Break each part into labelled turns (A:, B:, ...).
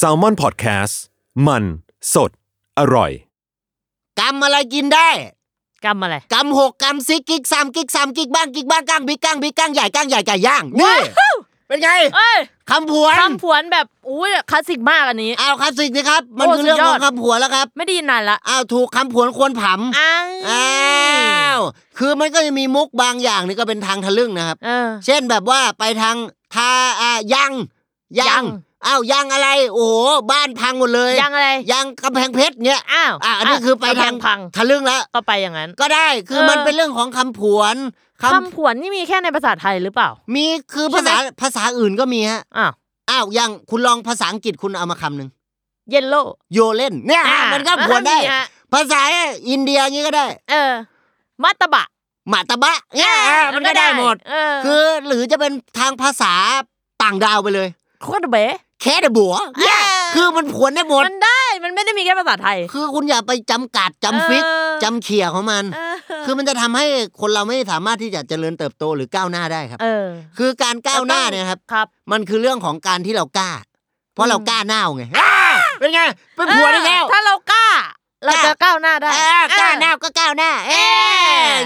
A: s a l m o n PODCAST มันสดอร่อย
B: กำอะไรกินได้
C: กำอะไร
B: กำหกกำซิกกิกสามกิกสามกิกบ้างกิกบ้างก้างบิ๊กก้างบิ๊กก้างใหญ่ก้างใหญ่ไก่ย่างนี่เป็นไง
C: เอ้ย
B: คำผวน
C: คำผวนแบบอู้ยคลาสสิกมากอันนี้
B: เอาคลาสสิกนะครับ มัน
C: โอ้
B: คือเรื่อง
C: สุ
B: ข
C: ดย
B: อ
C: อด
B: งคำผวนแล้วครับ
C: ไม่ได้ยินนานละ
B: อ้าวถูกคำผวนควรผำ
C: อ้าว
B: อ้าวคือมันก็จะมีมุกบางอย่างนี่ก็เป็นทางทะลึ่งนะครับ
C: เออ
B: เช่นแบบว่าไปทางทาอ่ายัง
C: ยั
B: ยัง
C: ง
B: อ้าวยังอะไร โอ้โหบ้านพังหมดเลย
C: ยังอะไร
B: ยังกำแพงเพชรเงี้ย
C: อ้าว
B: อ่ะอันนี้
C: ะ
B: คือไป
C: กำแพ
B: ทาง
C: พัง
B: ทะลึ่งแล้ว
C: ก็ไปอย่างนั้น
B: ก็ได้คือ
C: เออ
B: มันเป็นเรื่องของคำผวนคำ
C: คำผวนนี่มีแค่ในภาษาไทยหรือเปล่า
B: มีคือ
C: ใช่
B: ภา
C: ไหม
B: ษาภาษาอื่นก็มีฮะ
C: อ้าว
B: อ้าวอย่างคุณลองภาษาอังกฤษคุณเอามาคำหนึ่ง
C: เยลโล่
B: โยเล่นเนี่ย
C: อ่ะ
B: มันก็ผวนได้
C: อ่ะฮะ
B: ภาษาอินเดียอย่างนี้ก็ได้
C: เออมัตตบะ
B: หมาตะบะเนี่ย
C: อ่ะ
B: มันก็ได้หมด
C: เออ
B: คือหรือจะเป็นทางภาษาต่างดาวไปเลย
C: โคตรเบ๋
B: แค่เดบัวเนี่ย
C: อ่า
B: คือมันผวนได้หมด
C: มันได้มันไม่ได้มีแค่ภาษาไทย
B: คือคุณอย่าไปจำกัดจำฟิก
C: เออ
B: จำเขี่ยของมัน
C: เออ
B: คือมันจะทำให้คนเราไม่สามารถที่จะเจริญเติบโตหรือก้าวหน้าได้ครับ
C: เออ
B: คือการก้าวหน้าเนี่ยครับ
C: ครับ
B: มันคือเรื่องของการที่เรากล้า เพราะเรากล้าหน้าวไงเป็นไง เป็นผัวได้แล้ว
C: เออถ้าเรากล้า เราจะก้าวหน้าได้
B: เออกล้าหน้าวก็ก้าวหน้า เอ๊
C: อ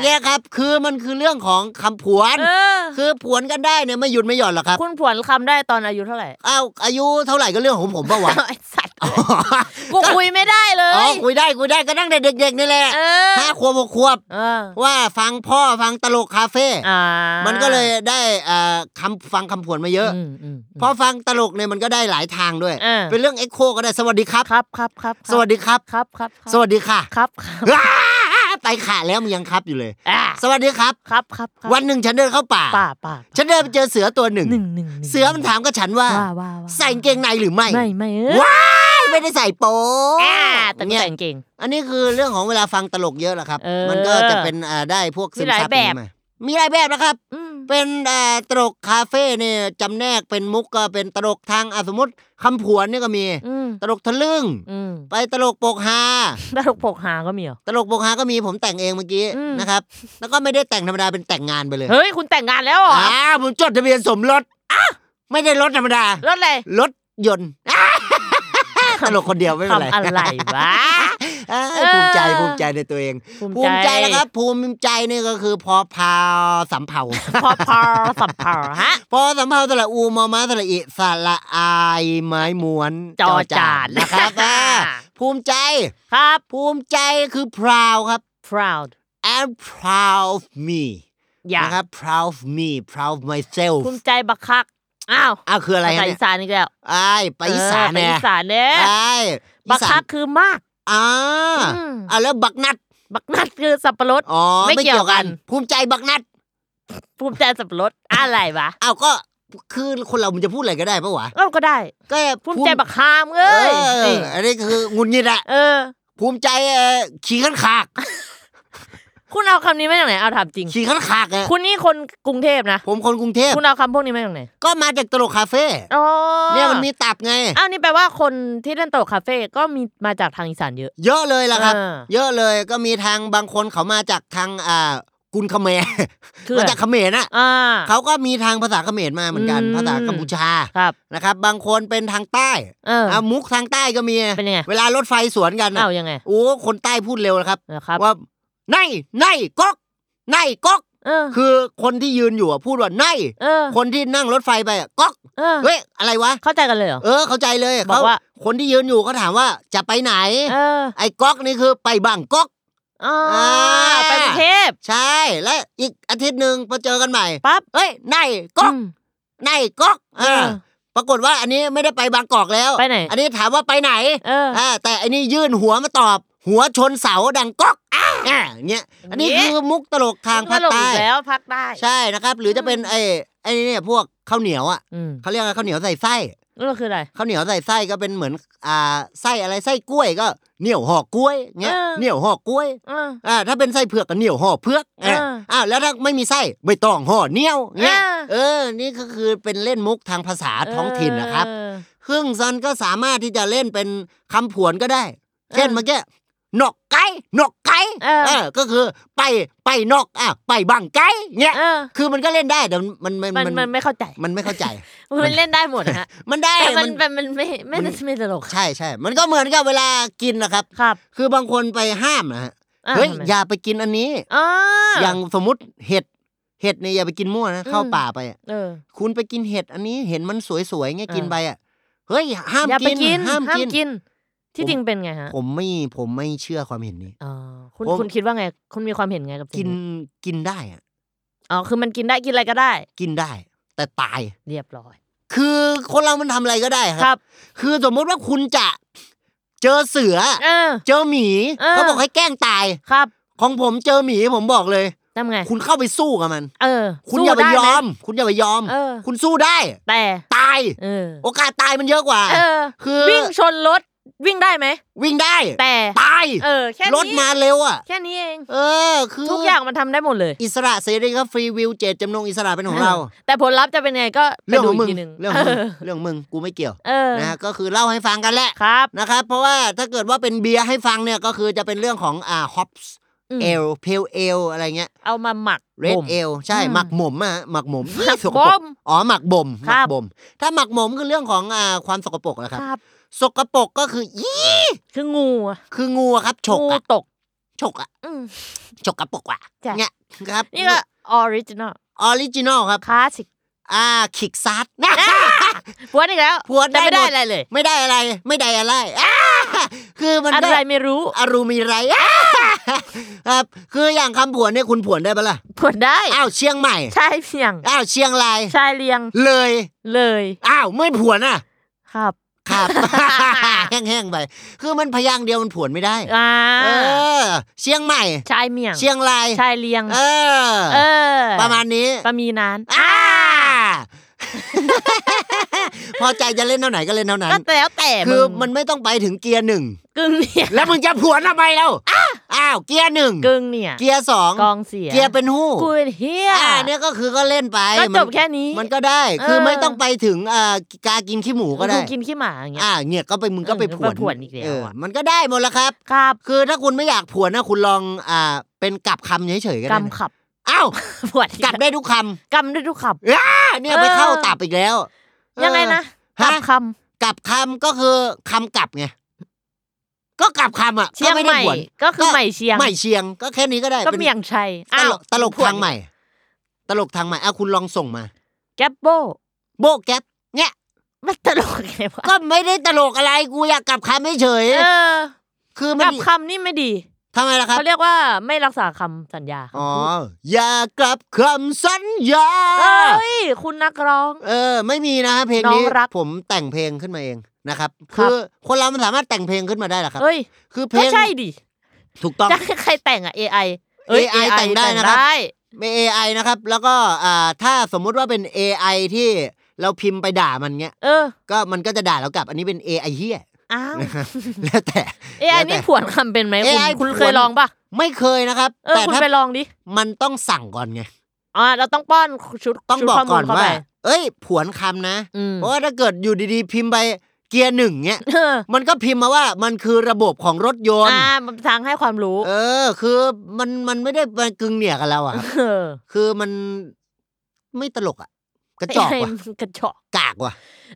B: เงี้ยครับ คือมันคือเรื่องของคำผวน
C: เออ
B: คือผวนกันได้เนี่ยไม่หยุดไม่หย่อนหรอกครับ
C: คุณผวนคำได้ตอนอายุเท่าไหร่
B: อ้าวอายุเท่าไหร่ก็เรื่องของผมปะวะ
C: ไอสัตว์กูคุยไม่ได้เล
B: อ๋อย คุยได้คุยได้ก็ตั้งแต่เด็กๆนี่แหละ
C: เออ
B: ห้าขวบหกขวบ
C: เออ
B: ว่าฟังพ่อฟังตลกคาเฟ่
C: อ่า
B: มันก็เลยได้เอ่อคำฟังคำผวนมาเยอะ
C: อืมอืมอืม
B: พอฟังตลกเนี่ยมันก็ได้หลายทางด้วย
C: เออ
B: เป็นเรื่องเอ็กโคก็ได้สวัสดีครับ
C: ครับครับครับ
B: สวัสดีครับ
C: ครับครับครับ
B: สวัสดีค่ะ
C: ครับครับ
B: อ้าไปขาแล้วมันยังครับอยู่เลย
C: อ่า
B: สวัสดีครับ
C: ครับครับครับ
B: วันหนึ่งฉันเดินเข้าป่า
C: ป่าป่า
B: ฉันเดินไปเจอเสือตัวหนึ่ง
C: หนึ่งหนึ่งหนึ่ง
B: เสือมันถามกับฉันว่า
C: ว่าว่าว่า
B: ใส่กางเกงในหรือไม่
C: ไม่ไม่เออ
B: ว้ายไม่ได้ใส่โป๊ะ
C: อ่าแต่ก็
B: เนี่ย
C: ใส่กางเก่ง
B: อันนี้คือเรื่องของเวลาฟังตลกเยอะแหละครับ
C: เออ
B: มันก็จะเป็นอ่าได้พวกซึม
C: มีหลาย
B: ซับ
C: แบบ
B: นี้มามีหลายแบบนะครับ
C: อืม
B: เป็นอ่าตลกคาเฟ่เนี่ยจำแนกเป็นมุกก็เป็นตลกทางอ่ะสมมติคำผวนเนี่ยก็มี
C: อืม
B: ตลกทะลึ่ง
C: อืม
B: ไปตลกโปกฮา
C: ตลกปกหางก็มีเหรอ
B: ตลกโปกฮาก็มีผมแต่งเองเมื่อกี้
C: อืม
B: นะครับ แล้วก็ไม่ได้แต่งธรรมดาเป็นแต่งงานไปเลย
C: เฮ้ยคุณแต่งงานแล้วเหรอ
B: อ่าผมจดทะเบียนสมรสไม่ได้รถธรรมดาร
C: ถอะไร
B: รถยนต์อ่าตลกคนเดียวไม่เป็นไร
C: ทำอะไรวะ
B: เอ้ย
C: เออ
B: ภูมิใจภูมิใจในตัวเอง ภูมิใจนะครับ ภูมิใจนี่ก็คือพอพาสำเภา
C: พอพอสัมพอฮะ
B: พอสำเภาสระอูมอมาสระอิสระอายไม้ม้วน
C: จอจาน
B: นะครับอ่าภูมิใจ
C: ครับ
B: ภูมิใจคือพราวครับ
C: proud
B: I'm proud of me
C: อย่า
B: นะครับ proud of me proud of myself
C: ภูมิใจบักคัก อ้าว
B: อ้าวคืออะไร
C: ภาษา
B: เนี่ย
C: อีสานอีกแล้ว
B: ไอ้ายไปอีสาน
C: เออไป
B: เนี่
C: อี
B: ย
C: สานเนี่ย
B: ไอ้าย
C: บัก
B: อีสา
C: คั
B: น
C: กคือมาก
B: อ่า
C: อืม
B: อ่าแล้วบักนัด
C: บักนัดคือสับปะรด
B: อ๋อ
C: ไม่
B: ไม่
C: เกี่
B: เกี่ย
C: ยว วกั
B: กัน
C: น
B: ภูมิใจบักนัด
C: ภูมิใจสับปะรดอะไรวะ
B: อ้าวก็คือคนเรามันจะพูดอะไรก็ได้ปะวะ
C: เอ้าก็ได้
B: ก็
C: ภูมิใจบักฮาม
B: เอ
C: เ
B: อ
C: อ้ยนี่
B: อันนี้คืองุนงิดอะ
C: เออ
B: ภูมิใจเอ่อขี่ขั้นขาก
C: คุณเอาคำนี้มาจากไหนเอาถามจริง
B: ขี่ขั้นขากอะ
C: คุณนี่คนกรุงเทพนะ
B: ผมคนกรุงเทพ
C: คุณเอาคำพวกนี้มาจากไหน
B: ก็มาจากตลกคาเฟ่
C: อ๋อ
B: เนี่ยมันมีตับไง
C: อ้าวนี่แปลว่าคนที่เล่นตลกคาเฟ่ก็มีมาจากทางอีสานเยอะ
B: เยอะเลยล่ะครับ
C: เออ
B: เยอะเลยก็มีทางบางคนเขามาจากทางอ่ากุนเขมร
C: คือ
B: มาจากเขมรนะ
C: อ่า
B: เขาก็มีทางภาษาเขมรมาเหมือนกัน
C: อืม
B: ภาษากัมพูชา
C: ครับ
B: นะครับ บางคนเป็นทางใต้
C: เออ
B: เอามุกทางใต้ก็มี
C: เป็นยังไง
B: เวลารถไฟสวนกันน่ะ
C: เอ้ายังไง
B: โอ้คนใต้พูดเร็วนะครับ
C: นะครับ
B: ว่าในในก๊อกในก๊อก
C: เออ
B: คือคนที่ยืนอยู่อะพูดว่าใน
C: เออ
B: คนที่นั่งรถไฟไปอะก๊อก
C: เออ
B: เฮ้ยอะไรวะ
C: เข้าใจกันเลยเหรอ
B: เออเข้าใจเลย
C: บอ
B: เขา
C: กว่า
B: คนที่ยืนอยู่เขาถามว่าจะไปไหน
C: เออ
B: ไอ้ก๊อกนี่คือไปบางก๊อก
C: อ๋อ
B: อ่า
C: ไปกรุงเทพ
B: ใช่และอีกอาทิตย์หนึ่งพอเจอกันใหม่
C: ปั๊บ
B: เอ้ยนายก๊อก
C: ม
B: นายก๊อก
C: เออ
B: ปรากฏว่าอันนี้ไม่ได้ไปบางกอกแล้ว
C: ไปไหน
B: อันนี้ถามว่าไปไหน
C: เออ
B: อ่าแต่อันนี้ยื่นหัวมาตอบ หัวชนเสาดังก๊อกอ่าอย่างเงี้ยอันนี้
C: เย้
B: คือมุกตลกทางภาค
C: ตลก
B: ใต้
C: อีกแล้วภาคใต้
B: ใช่นะครับ หรือจะเป็นไอ้ไอ้เนี่ยพวกข้าวเหนียวอ่ะ
C: อืม
B: เขาเรียกอะไรข้าวเหนียวใส่ไส้
C: แล้วเราคืออะไร
B: ข้าวเหนียวใส่ไส้ก็เป็นเหมือนอ่าไส้อะไรไส้กล้วยก็เหนียวห่อกล้วยเงี้ย
C: เออ
B: เหนียวห่อกล้วย
C: อ่า
B: อ่าถ้าเป็นไส้เผือกก็เหนียวห่อเผือกอ่ะ
C: เอออ่
B: อ่าแล้วถ้าไม่มีไส้ใบตองห่อเหนียวเงี้ย
C: เออ
B: เออ นี่ก็คือเป็นเล่นมุกทางภาษาท้องถิ่นนะครับ
C: เออ
B: ครึ่งซันก็สามารถที่จะเล่นเป็นคำผวนก็ได้ เช่น
C: เออ
B: เมื่อกี้นอกไก่นอกไก่
C: เออ
B: เออก็คือไปไปนอกอ่ะไปบังไก่เนี่ย
C: เออ
B: คือมันก็เล่นได้แต่มันมัน
C: มัน
B: มัน
C: มันไม่เข้าใจ
B: มันไม่เข้า ใจ
C: มันเล่นได้หมดนะฮะ
B: มันได้
C: แต่มั
B: มัน น
C: แต่มันไม่ไม่
B: มัน
C: ไม่ตลก
B: ใช่ใช่ มันก็เหมือนกับเวลากินนะครับ
C: ครับ
B: คือบางคนไปห้ามนะฮะ
C: อ่ะ
B: เฮ้ย
C: ทำไม
B: อย่าไปกินอันนี้
C: อ๋ออ
B: อย่างสมมติเห็ดเห็ดเนี่ยอย่าไปกินมั่วนะเข้า
C: อืม
B: ป่าไปอ่ะ
C: เออ
B: คุณไปกินเห็ดอันนี้เห็นมันสวยๆเงี้ย
C: เออ
B: กินไปอ่ะเฮ้ยห้าม
C: อย่าไป
B: กิน
C: กิน
B: ห้ามกิน
C: กิน ที่
B: ผม
C: จริงเป็นไงฮะ
B: ผมไม่ผมไม่เชื่อความเห็นนี้
C: อ๋อคุณ
B: ผม
C: คุณคิดว่าไง คุณมีความเห็นไงกับสิ่ง
B: กินกินได้อะ
C: อ๋อคือมันกินได้กินอะไรก็ได้
B: กินได้ แต่ตาย
C: เรียบร้อย
B: คือคนเรามันทำอะไรก็ได้ค
C: ครั
B: รับ
C: บ
B: คือสมมติว่าคุณจะเจอเสือ
C: เออ
B: เจอหมี
C: เออ
B: เขาบอกให้แกล้งตาย
C: ครับ
B: ของผมเจอหมีผมบอกเลย
C: ทำไง
B: คุณเข้าไปสู้กับมัน
C: เออ
B: คุณ
C: สู้
B: อย่าไป
C: ด้
B: ย
C: ห
B: อม คุณอย่าไปยอม
C: เออ
B: คุณสู้ได้
C: แต่
B: ตาย
C: เออ
B: โอกาสตายมันเยอะกว่า
C: เออ
B: คือ
C: วิ่งชนรถวิ่งได้ไหม
B: วิ่งได้
C: แต่
B: ตาย
C: เออแค่นี้
B: รถมาเร็วอ่ะ
C: แค่นี้เอง
B: เออ คือ
C: ทุกอย่างมันทำได้หมดเลย
B: อิสระเสรีครับฟรีวิวเจตจำนงอิสระเป็นของเรา
C: แต่ผลลัพธ์จะเป็นไงก็ไป
B: เรื่อง
C: ดู
B: ของ
C: อี
B: มึ
C: ก
B: ง
C: ทีหนึ่ง
B: เรื่อง
C: เอ
B: ของมึง
C: อ
B: เรื่องมึงกูไม่เกี่ยว
C: เออ
B: นะฮะก็คือเล่าให้ฟังกันแหละ
C: ครับ
B: นะครับ เพราะว่าถ้าเกิดว่าเป็นเบียร์ให้ฟังเนี่ยก็คือจะเป็นเรื่องของอ่าฮอปส์
C: อืม
B: เอลเพลเอลอะไรเงี้ย
C: เอามาหมัก
B: เรด
C: บ่ม
B: เอลใช่
C: อืม
B: หมักหมมอะฮะหมักหมม
C: หมัก
B: สปร
C: บ่
B: ก
C: ม
B: อ๋อหมักบ่มห
C: ครั
B: มัก
C: บ
B: บ่มถ้าหมักหมมคือเรื่องของอ่าความสกปรกแหละครับ
C: ครับ
B: สกปรกก็คืออี
C: คืองูอะ
B: คืองูอะครับฉก
C: งู
B: อะ
C: ตก
B: ฉกอะ
C: อืม
B: ฉกกระปรกอะ
C: จ้ะ
B: เนี่ยครับ
C: นี่ก็ออริจินอล
B: ออริจินอลครับ
C: คลาสสิก
B: อ่าขิกซัด นะ
C: พวนอีกแล้ว
B: พวน
C: แต่ไม่
B: ได้ห
C: ได้
B: มด
C: อะไรเลย
B: ไม่ได้อะไรไม่ได้อะไรอ้า คือมัน
C: อะ
B: ก็
C: ไรไม่รู้
B: อารูมีไร อ่ะครับคืออย่างคำผวนเนี่ยคุณผวนได้ปะล่ะ
C: พวนได้
B: อ้าวเชียงใหม่
C: ใช่เพียง
B: อ้าวเชียงราย
C: ชายเลียง
B: เลย
C: เลย
B: อ้าวไม่ผวนอ่ะ
C: ครับ
B: ครับ แห้งๆไปคือมันพยางค์เดียวมันผวนไม่ได้
C: อ่า
B: เออ เชียงใหม่
C: ชายเมียง
B: เชียงราย
C: ชายเลียง
B: เออ
C: เออ
B: ประมาณนี้
C: ประมีนาน
B: อ่า พอใจจะเล่นเท่าไหนก็เล่นเท่านั้น
C: ก็แล้วแต่
B: คือมันไม่ต้องไปถึงเกียร์หนึ่ง
C: กึ่งเนี่ย
B: แล้วมึงจะผวนทำไมแล้วอ้าวเกียร์หนึ่ง
C: กึ่งเนี่ย
B: เกียร์สอง
C: กองเสีย
B: เกียร์เป็นหู้
C: กูเป็นเฮีย
B: อ่าเนี่ยก็คือก็เล่นไป
C: ก็จบ
B: มัน
C: แค่นี้
B: มันก็ได้ คือ
C: เออ
B: ไม่ต้องไปถึงอ่ากากินขี้หมูก็ได้
C: กูกินขี้หมาอย่างเงี้ย
B: อ่าเนี่ยก็ไปมึงก็ไป
C: เออ
B: ผวน
C: ไปผวนอีกแล้ว
B: เออ
C: อะ
B: มันก็ได้หมดละครับ
C: ครับ
B: คือถ้าคุณไม่อยากผวนนะคุณลองอ่าเป็นกลับคำเฉยๆก็ได้นะ
C: กำขับ
B: อ้าว
C: ปวด
B: กลับได้ทุกคำ
C: กำได้ทุกขับ
B: อ่ะเนี่ย
C: เออ
B: ไปเข้าตับอีกแล้วเออ
C: ยังไงนะ
B: ฮะ
C: กำค
B: กลับคำก็คือคำกลับไงก็กลับคำอ่ะ
C: เชียง
B: ก็ไม่
C: ให
B: ได้
C: ม่
B: ผวน
C: ก็คือใหม่เชียง
B: ใหม่เชียงก็แค่นี้ก็ได้
C: ำก็เมียงชัย
B: เป็น
C: อ้า
B: ตล
C: ว
B: กตลก
C: ผว
B: ทางใหม่ ตลกทางใหม่อ่ะคุณลองส่งมา
C: แกปโบ
B: โบกแก๊ปเนี่ย
C: มันตลกไงวะ
B: ก็ไม่ได้ตลกอะไรกูอยากกลับคำเฉย
C: เออ
B: ๆคือมัน
C: กำคำนี่ไม่ดี
B: ทำไมล่ะครับ
C: เขาเรียกว่าไม่รักษาคำสัญญา
B: อ๋ออยากกลับคำสัญญา
C: เอ้ยคุณนักร้อง
B: เออ ไม่มีนะฮะเพลงนี้
C: น้องรัก
B: ผมแต่งเพลงขึ้นมาเองนะครับ
C: ครับ
B: คือคนเรามันสามารถแต่งเพลงขึ้นมาได้เหรอครับ
C: เอ้ย
B: คือเพล
C: ก็
B: ง
C: ใช่ดิ
B: ถูกต้อง
C: จะให้ใครแต่งอะ AI เอ้ย
B: AI แต่งได้นะครับ
C: แต่งได้
B: ไม่ AI นะครับ แล้วก็อ่าถ้าสมมุติว่าเป็น AI ที่เราพิมพ์ไปด่ามันเงี้ย
C: เออ
B: ก็มันก็จะด่าเรากลับอันนี้เป็น AI เฮีย
C: อ้าว
B: นะครับแล้วแต่
C: AI
B: แล้วแต่
C: นี่ผวนคำเป็นไหมคุณ
B: AI
C: คุณ
B: ผวน
C: เคยลองปะ
B: ไม่เคยนะครับ
C: เออ
B: แต่
C: คุณ
B: ถ้า
C: ไปลองดิ
B: มันต้องสั่งก่อนไง
C: อ๋อเราต้องป้อนชุด
B: ต้อง
C: ชุด
B: บอก
C: ข้มูล
B: ก่อน
C: เข้
B: ว่า
C: ไป
B: เอ้ย ผวนคำนะ
C: อืม
B: เพราะว่าถ้าเกิดอยู่ดีๆ พิมพ์ไปเกียร์หนึ่งเนี้ย
C: เออ
B: มันก็พิมพ์มาว่ามันคือระบบของรถยนต์
C: อ่ามันทางให้ความรู้
B: เออ คือมันมันไม่ได้มากึ่งเหนี่ยกับเราอะครับ
C: เออ
B: คือมันไม่ตลกอะกระจอกว่ะ
C: ไมันกระจอก
B: กากว่ะ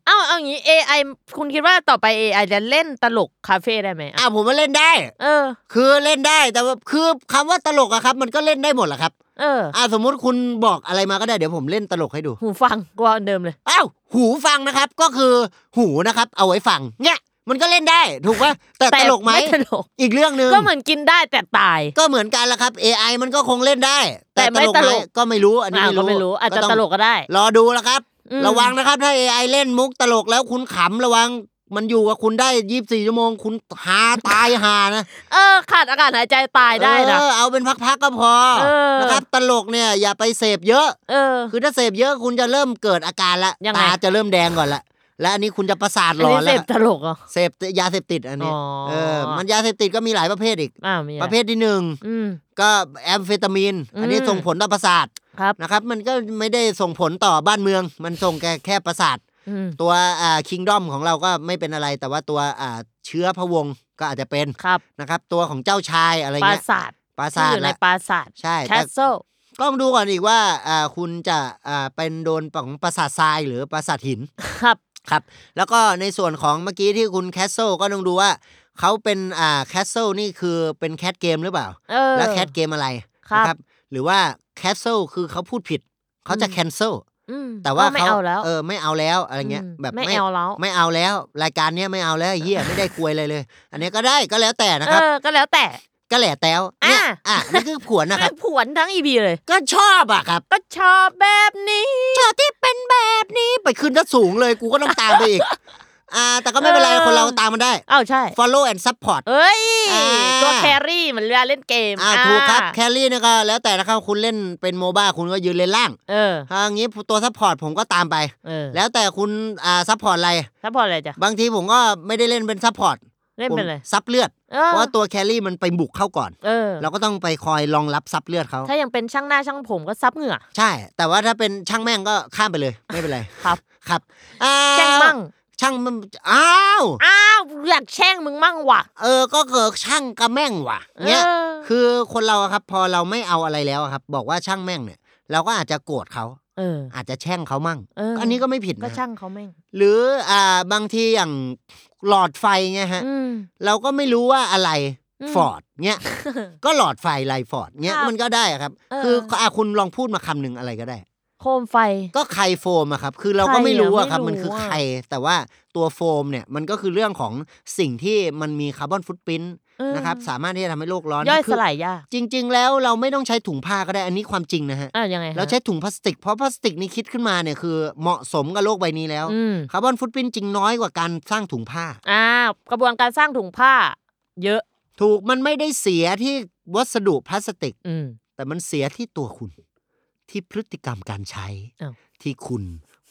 C: เอ้าเอาอย่างนี้ AI คุณคิดว่าต่อไป AI จะเล่นตลกคาเฟ่ได้ไหม
B: อ่ะผมว่าเล่นได้
C: เออ
B: คือเล่นได้แต่ว่าคือคำว่าตลกอะครับ มันก็เล่นได้หมดแหละครับ
C: เออ
B: อ่ะสมมุติคุณบอกอะไรมาก็ได้เดี๋ยวผมเล่นตลกให้ดู
C: หูฟังกว่าเดิมเลย
B: อ้าวหูฟังนะครับ ก็คือหูนะครับ เอาไว้ฟังเนี่ยมันก็เล่นได้ถูกปะแต่ตลกไหม
C: แต่ตลก
B: อีกเรื่องหนึ่ง
C: ก็เหมือนกินได้แต่ตาย
B: ก็เหมือนกันละครับ AI มันก็คงเล่นได้ แต่
C: แต่ไม่
B: ตลกไหม
C: ตลก
B: ก็ไม่รู้อันนี้
C: อ้าวก็ไม่
B: ไม่
C: รู้อาจจะ
B: ง
C: ตลกก็ได้
B: รอดูละครับ
C: อืม
B: ระวังนะครับ ถ้า AI เล่นมุกตลกแล้วคุณขำระวัง มันอยู่กับคุณได้ยี่สี่ชั่วโมง คุณหาตายหานะ
C: เออขาดอากาศหายใจตายได้นะ
B: เออเอาเป็นพักๆก็พอ
C: เออ
B: นะครับ ตลกเนี่ยอย่าไปเสพเยอะ
C: เออ
B: คือถ้าเสพเยอะคุณจะเริ่มเกิดอาการละ
C: ยังไง
B: ตาจะเริ่มแดงก่อนละ และอันนี้คุณจะประสาท
C: อั
B: หลอน
C: นี้
B: น
C: เส
B: แล้ว
C: พตลกเหรอ
B: เสพยาเสพติดอันนี้
C: อ๋อ
B: เออมันยาเสพติดก็มีหลายประเภทอีก
C: อ่ามีอไ
B: ประเภทที่หนึ่ง
C: อืม
B: ก็แอมเฟตามีน อันนี้
C: อืม
B: ส่งผลต่อประสาท
C: ครับ
B: นะครับ มันก็ไม่ได้ส่งผลต่อบ้านเมือง มันส่งแค่แค่ประสาท
C: อืม
B: ตัวอ่าคิงดอมของเราก็ไม่เป็นอะไร แต่ว่าตัวอ่าเชื้อพระวงศ์ก็อาจจะเป็น
C: ครับ
B: นะครับ ตัวของเจ้าชายอะไร
C: ปรา
B: เงี้ย
C: สาท
B: ปรา
C: ที่
B: สา
C: อ
B: ท
C: ยู่ใน
B: ละ
C: ปราสาท
B: ใช่
C: แค
B: แต่
C: สเซิล
B: ก็ต้องดูก่อนอีกว่าอ่าคุณจะอ่าเป็นโดนของปราสาททรายหรือปราสาทหิน
C: ครับ
B: ครับแล้วก็ในส่วนของเมื่อกี้ที่คุณแคสเซิลก็ต้องดูว่าเขาเป็นอ่าแคสเซิลนี่คือเป็นแคทเกมหรือเปล่า
C: เออ
B: แล้วแคทเกมอะไร
C: ครับ
B: นะหรือว่าแคสเซิลคือเขาพูดผิด เขาจะแคนเซิล
C: อืม
B: แต่ว่า
C: ก็ไม่เอาแล้ว
B: เออไม่เอาแล้วอะไรเงี้ย
C: ม
B: แบบ
C: ไม่เอาแล้ว
B: ไม่เอาแล้ว รายการเนี้ยไม่เอาแล้วไอ้เฮียไม่ได้คุยเลยเลย อันเนี้ยก็ได้ก็แล้วแต่นะ
C: เอ
B: ครับ
C: อ ก็แล้วแต่
B: ก็แหล่แต้วเนี่ย
C: อ่ะ
B: อ่ะนี่คือผัวนะค
C: แม่
B: รับ
C: ผวนทั้งอีพีเลย
B: ก็ชอบอ่ะครับ
C: ก็ชอบแบบนี้
B: ชอบที่เป็นแบบนี้ไปขึ้นถ้าสูงเลยกูก็ต้องตามไปอีก อ่า แต่ก็ไม่เป็นไร
C: เออ
B: คนเราตามมันได้
C: เอ้าใช่
B: follow and support
C: เอ้ย
B: อ่า
C: ตัวแครี่เหมันเวลาเล่นเกม
B: อ่าถูกครับแครี่นี่ก็แล้วแต่นะครับคุณเล่นเป็นโมบ้าคุณก็ยืนเลนล่าง
C: เออ
B: ถ้างี้ตัวซัพพอร์ตผมก็ตามไป
C: เออ
B: แล้วแต่คุณอ่าซัพพอร์ตอะไร
C: ถ้าพออะไรจ้ะ
B: บางทีผมก็ไม่ได้เล่นเป็นซัพพอร์ต
C: เล่นเป็นอะไร
B: ผมซับเลือด
C: เอ
B: เพ
C: อ
B: ราะว่าตัวแครี่มันไปบุกเข้าก่อน
C: เออ
B: เราก็ต้องไปคอยรองรับซับเลือดเขา
C: ถ้ายังเป็นช่างหน้าช่างผมก็ซับเหงื่อ
B: ใช่ แต่ว่าถ้าเป็นช่างแม่งก็ข้ามไปเลยไม่เป็นไร
C: ครับ
B: ครับอ่า
C: แช่งมั่ง
B: ช่างมันอ้าว
C: อ้าวอยากแช่งมึงมั่งว่ะ
B: เออก็เกิดช่างกับแม่งว่ะเนี้ย
C: ออ
B: คือคนเราอะครับพอเราไม่เอาอะไรแล้วอะครับ บอกว่าช่างแม่งเนี่ย เราก็อาจจะโกรธเขา
C: เออ
B: อาจจะแช่งเขามั่ง
C: เอออั
B: อันนี้ก็ไม่ผิด
C: ก็
B: นะ
C: ช่างเขาแม่ง
B: หรืออ่าบางทีอย่างหลอดไฟเงี้ยฮะ
C: อืม
B: เราก็ไม่รู้ว่าอะไร
C: อืม
B: ฟอร์ดเงี้ยก็หลอดไฟลายฟอร์ดเงี้ย
C: ครับ
B: มันก็ได้อะครับ
C: เออ
B: คืออ่ะคุณลองพูดมาคำหนึ่งอะไรก็ได้
C: โคมไฟ
B: ก็ไข่โฟมอะครับ คือเราก็ไม่รู้อะครับ
C: ไข่อะ
B: มันคือ
C: ไม่รู้อะ
B: ไข่แต่ว่าตัวโฟมเนี่ยมันก็คือเรื่องของสิ่งที่มันมีคาร์บอนฟุตปรินต์
C: เออ
B: นะครับสามารถที่จะทำให้โลกร้อน
C: ย่อย
B: คื
C: ส
B: อ
C: ลายยาก
B: จริง ๆ แล้วเราไม่ต้องใช้ถุงผ้าก็ได้ อันนี้ความจริงนะฮะ
C: อ่ะยังไงฮะ
B: เราใช้ถุงพลาสติก เพราะพลาสติกนี่คิดขึ้นมาเนี่ยคือเหมาะสมกับโลกใบนี้แล้ว
C: อืม
B: คาร์บอนฟุตปรินต์จริงน้อยกว่าการสร้างถุงผ้า
C: อ้าวกระบวนการสร้างถุงผ้า เยอะ
B: ถูกมันไม่ได้เสียที่วัสดุพลาสติก
C: อืม
B: แต่มันเสียที่ตัวคุณ ที่พฤติกรรมการใช้
C: อ้าว
B: ที่คุณ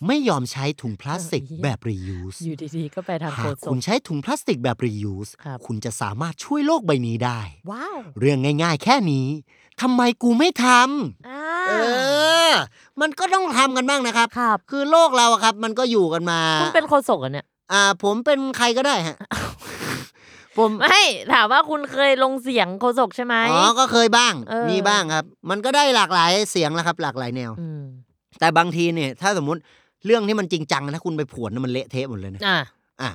B: ไม่ยอมใช้ถุงพลาสติก
C: อ้าว
B: แบบ reuse
C: อยู่ดีๆก็ไปทางโค
B: หาก
C: ตรส
B: คุ
C: ม
B: ณใช้ถุงพลาสติกแบบ reuse
C: ครับ
B: คุณจะสามารถช่วยโลกใบนี้ได้
C: ว้าว
B: เรื่องง่าย ๆ แค่นี้ทำไมกูไม่ทำ
C: อ่า
B: เออ มันก็ต้องทำกันบ้างนะครับ
C: ครับ
B: คือโลกเราอะครับ มันก็อยู่กันมา
C: คุณเป็นโคศกเหรอ่ะเนี่ย
B: อ่า ผมเป็นใครก็ได้ ฮะ ผม
C: ไม่ ถามว่าคุณเคยลงเสียงโคศกใช่ไหม
B: อ๋อ ก็เคยบ้าง
C: เออ
B: มีบ้างครับ มันก็ได้หลากหลายเสียงแล้วครับ หลากหลายแนว
C: ม
B: แต่บางทีเนี่ย ถ้าสมมติเรื่องที่มันจริงจังนะถ้าคุณไปผวนนะมันเละเทะหมดเลยนะ
C: อ่ะ
B: อ่ะ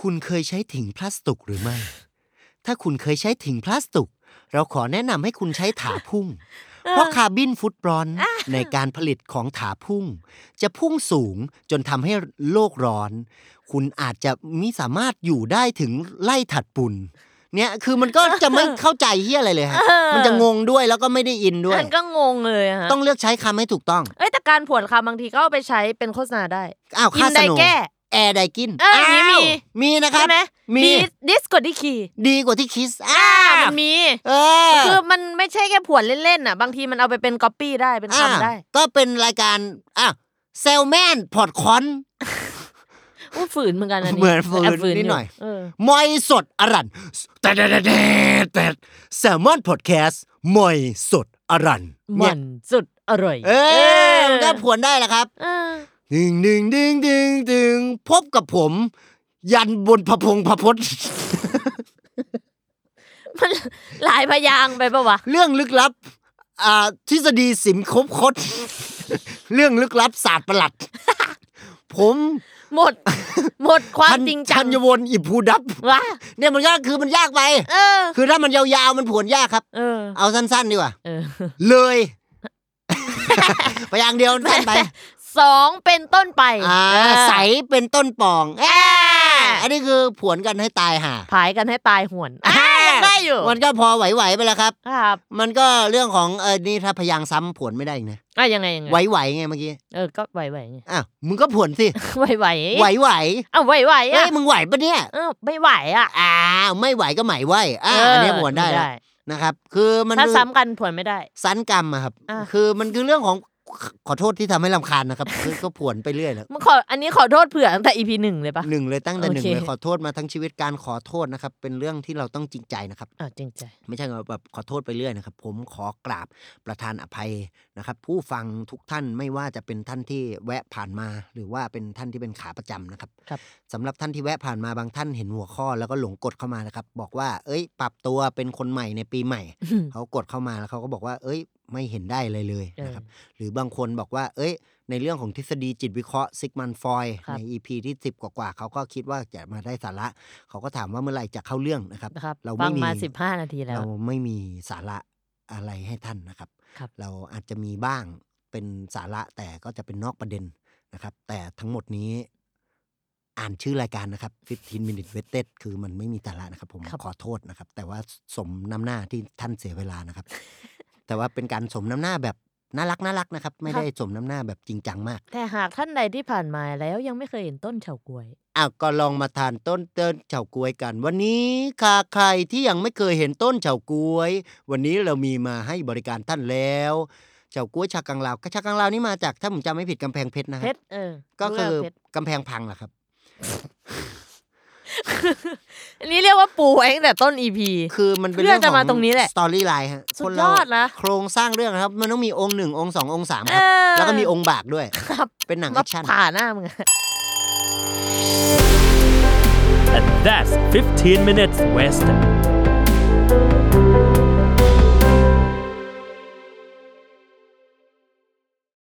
B: คุณเคยใช้ถิงพลาสติกหรือไม่ ถ้าคุณเคยใช้ถิงพลาสติก เราขอแนะนำให้คุณใช้ถาพุ่ ง เพราะคาร์บินฟุตบรอนซ์ในการผลิตของถาพุ่ง จะพุ่งสูงจนทำให้โลกร้อน คุณอาจจะมิสามารถอยู่ได้ถึงไล่ถัดปุนเนี่ยคือมันก็จะไม่เข้าใจเฮียอะไรเลยฮะ มันจะงงด้วยแล้วก็ไม่ได้อินด้วย
C: มันก็งงเลยอะฮะ
B: ต้องเลือกใช้คำให้ถูกต้อง
C: เอ้ยแต่การผวนคำบางทีก็เอาไปใช้เป็นโฆษณาได้
B: อ้าว
C: ยิ
B: ค่าน ส
C: ได
B: นุก
C: แก้
B: แอร์ไดกิน
C: เอออันนี้
B: า
C: มี
B: วมีนะครับ
C: ใช่ไหม
B: มี
C: ดิสกดที่คี
B: ดีกว่าที่คิส
C: อ่า
B: อ้า
C: มั
B: วน
C: มี
B: เออ
C: คือมันไม่ใช่แค่ผวนเล่นๆน่ะ บางทีมันเอาไปเป็นก๊อปปี้ได้เป็น
B: อ่า
C: คำได้
B: ก็เป็นรายการอ่ะเซลแมนพอดคอน
C: อู้ฝืนเหมือนกันอันนี้
B: เหมือนฝืน
C: แบ
B: นิดหน่อย
C: เออ
B: มอยสดอรันแต่แต่แต่แต่แซลมอนพอดแคสต์มอยสดอรัน
C: มั
B: เนี่ย
C: นสุดอร่อย
B: เออมันก็ผวนได้แหละครับ
C: เออ
B: ดึงดึงดึงดึงดึงพบกับผม ยันบนพะพงพะพด
C: มัน หลายพยางค์ไปปะวะ
B: เรื่องลึกลับ อ่า ทฤษฎีสิมคบคด เรื่องลึกลับศาสตร์ประหลัด ผม
C: หม ด หมดความ
B: ทัน
C: จริงจั
B: ชั
C: ง
B: ญวนอิภูดับ
C: วะ
B: เนี่ยมันยากคือมันยากไป
C: เออ
B: คือถ้ามันยาวๆ มันผวนยากครับ
C: เออ
B: เอาสั้นๆ ดีกว่า
C: เออ
B: เลย ไปอย่างเดียวสั้นไป
C: สองเป็นต้นไป
B: อ่า
C: เออ
B: ใสเป็นต้นปองแอะ
C: อ
B: อันนี้คือผวนกันให้ตายห่า
C: ผายกันให้ตายหวนอ่ะยังได้อยู่
B: มันก็พอไหวๆไปแล้วครับ
C: ครับ
B: มันก็เรื่องของเออนี่ถ้าพยางค์ซ้ำผวนไม่ได้อีกนะ
C: อ่ะยังไงยังไง
B: ไหวๆไงเมื่อกี้
C: เออก็ไหวไหวๆไง
B: อ้าวมึงก็ผวนสิ
C: ไหวไหว
B: ไหวๆ
C: อ่ะไหวไหว
B: เฮ้
C: อ่ะ
B: ยมึงไหวปะเนี่ย
C: เออไม่ไหวอ่ะ
B: อ้าวไม่ไหวก็ไหมไหวอ่าอันเนี้ย
C: เ
B: ผวนได้แล้วนะครับ คือมัน
C: ถ้า
B: คือ
C: ซ้ำกันผวนไม่ได้
B: สันกรรมอะครับ
C: อ่ะ
B: คือมันคือเรื่องของ ขอโทษที่ทำให้ลำคาญนะครับ คือก็ผวนไปเรื่อยแล้ว
C: มึงขออันนี้ขอโทษเผื่อตั้งแต่ EP หนึ่งเลยปะ
B: หนึ่งเลยตั้งแต่หนึ่ง
C: โอเค
B: เลยขอโทษมาทั้งชีวิตการขอโทษนะครับ เป็นเรื่องที่เราต้องจริงใจนะครับ
C: อ่ะจริงใจ
B: ไม่ใช่แบบขอโทษไปเรื่อยนะครับ ผมขอกราบประธานอภัยนะครับ ผู้ฟังทุกท่านไม่ว่าจะเป็นท่านที่แวะผ่านมา หรือว่าเป็นท่านที่เป็นขาประจำนะครับ
C: ครับ
B: สำหรับท่านที่แวะผ่านมาบางท่านเห็นหัวข้อแล้วก็หลงกดเข้ามานะครับ บอกว่า เอ้ย ปรับตัวเป็นคนใหม่ในปีใหม่ เขากดเข้ามาแล้วเขาก็บอกว่า เอ้ย ไม่เห็นได้เลยเลย
C: เออ
B: นะครับ หรือบางคนบอกว่า เอ้ย ในเรื่องของทฤษฎีจิตวิเคราะห์ซิกมันฟอย
C: ครับ
B: ใน EP ที่ 10 กว่าๆเขาก็คิดว่าจะมาได้สาระ เขาก็ถามว่าเมื่อไหร่จะเข้าเรื่องนะครับ
C: นะครับ
B: เรา
C: ฟั
B: ไม่
C: ง
B: มี
C: มาสิบห้านาทีแล้ว
B: เราไม่มีสาระอะไรให้ท่านนะครับ
C: ครับ
B: เราอาจจะมีบ้างเป็นสาระแต่ก็จะเป็นนอกประเด็นนะครับ แต่ทั้งหมดนี้อ่านชื่อรายการนะครับ 15 minute wasted คือมันไม่มีสาระนะครับ ผม
C: ครับ
B: ขอโทษนะครับ แต่ว่าสมน้ำหน้าที่ท่านเสียเวลา นะครับ แต่ว่าเป็นการสมน้ำหน้าแบบน่ารักน่ารักนะครับ ไม่ได้สมน้ำหน้าแบบจริงจังมาก
C: แต่หากท่านใดที่ผ่านมาแล้วยังไม่เคยเห็นต้นเฉากวย
B: อ่ะก็ลองมาทานต้นเต้นเฉาก๊วยกัน วันนี้ค่ะ ใครที่ยังไม่เคยเห็นต้นเฉาก๊วย วันนี้เรามีมาให้บริการท่านแล้วเฉาก๊วยชากังลาวก็ชากังลาวนี่มาจากถ้าผมจำไม่ผิดกำแพงเพชรนะ
C: เพ
B: ฮะ
C: ชรเออ
B: ก็คือ
C: รู้แล้วเพชร
B: กำแพงพังนะครับ
C: อันนี้เรียกว่าปูไว้ตั้งแต่ต้น EP
B: คือมันเป็นเรื่อง
C: เพื่อจะมาตรงนี้แหละ
B: สตอรี่ไลน์ฮะ
C: สุด
B: คน
C: ย
B: เรา
C: อดนะ
B: โครงสร้างเรื่องนะครับ มันต้องมีองค์หนึ่งองค์สององค์สาม
C: เอ
B: ครับ
C: อ
B: แล้วก็มีองค์บากด้วย
C: ครับ
B: เป็นหนังแอ
C: มา
B: คชั่น
C: ผ่าหน้ามึงอะ
D: And that's 15 Minutes West.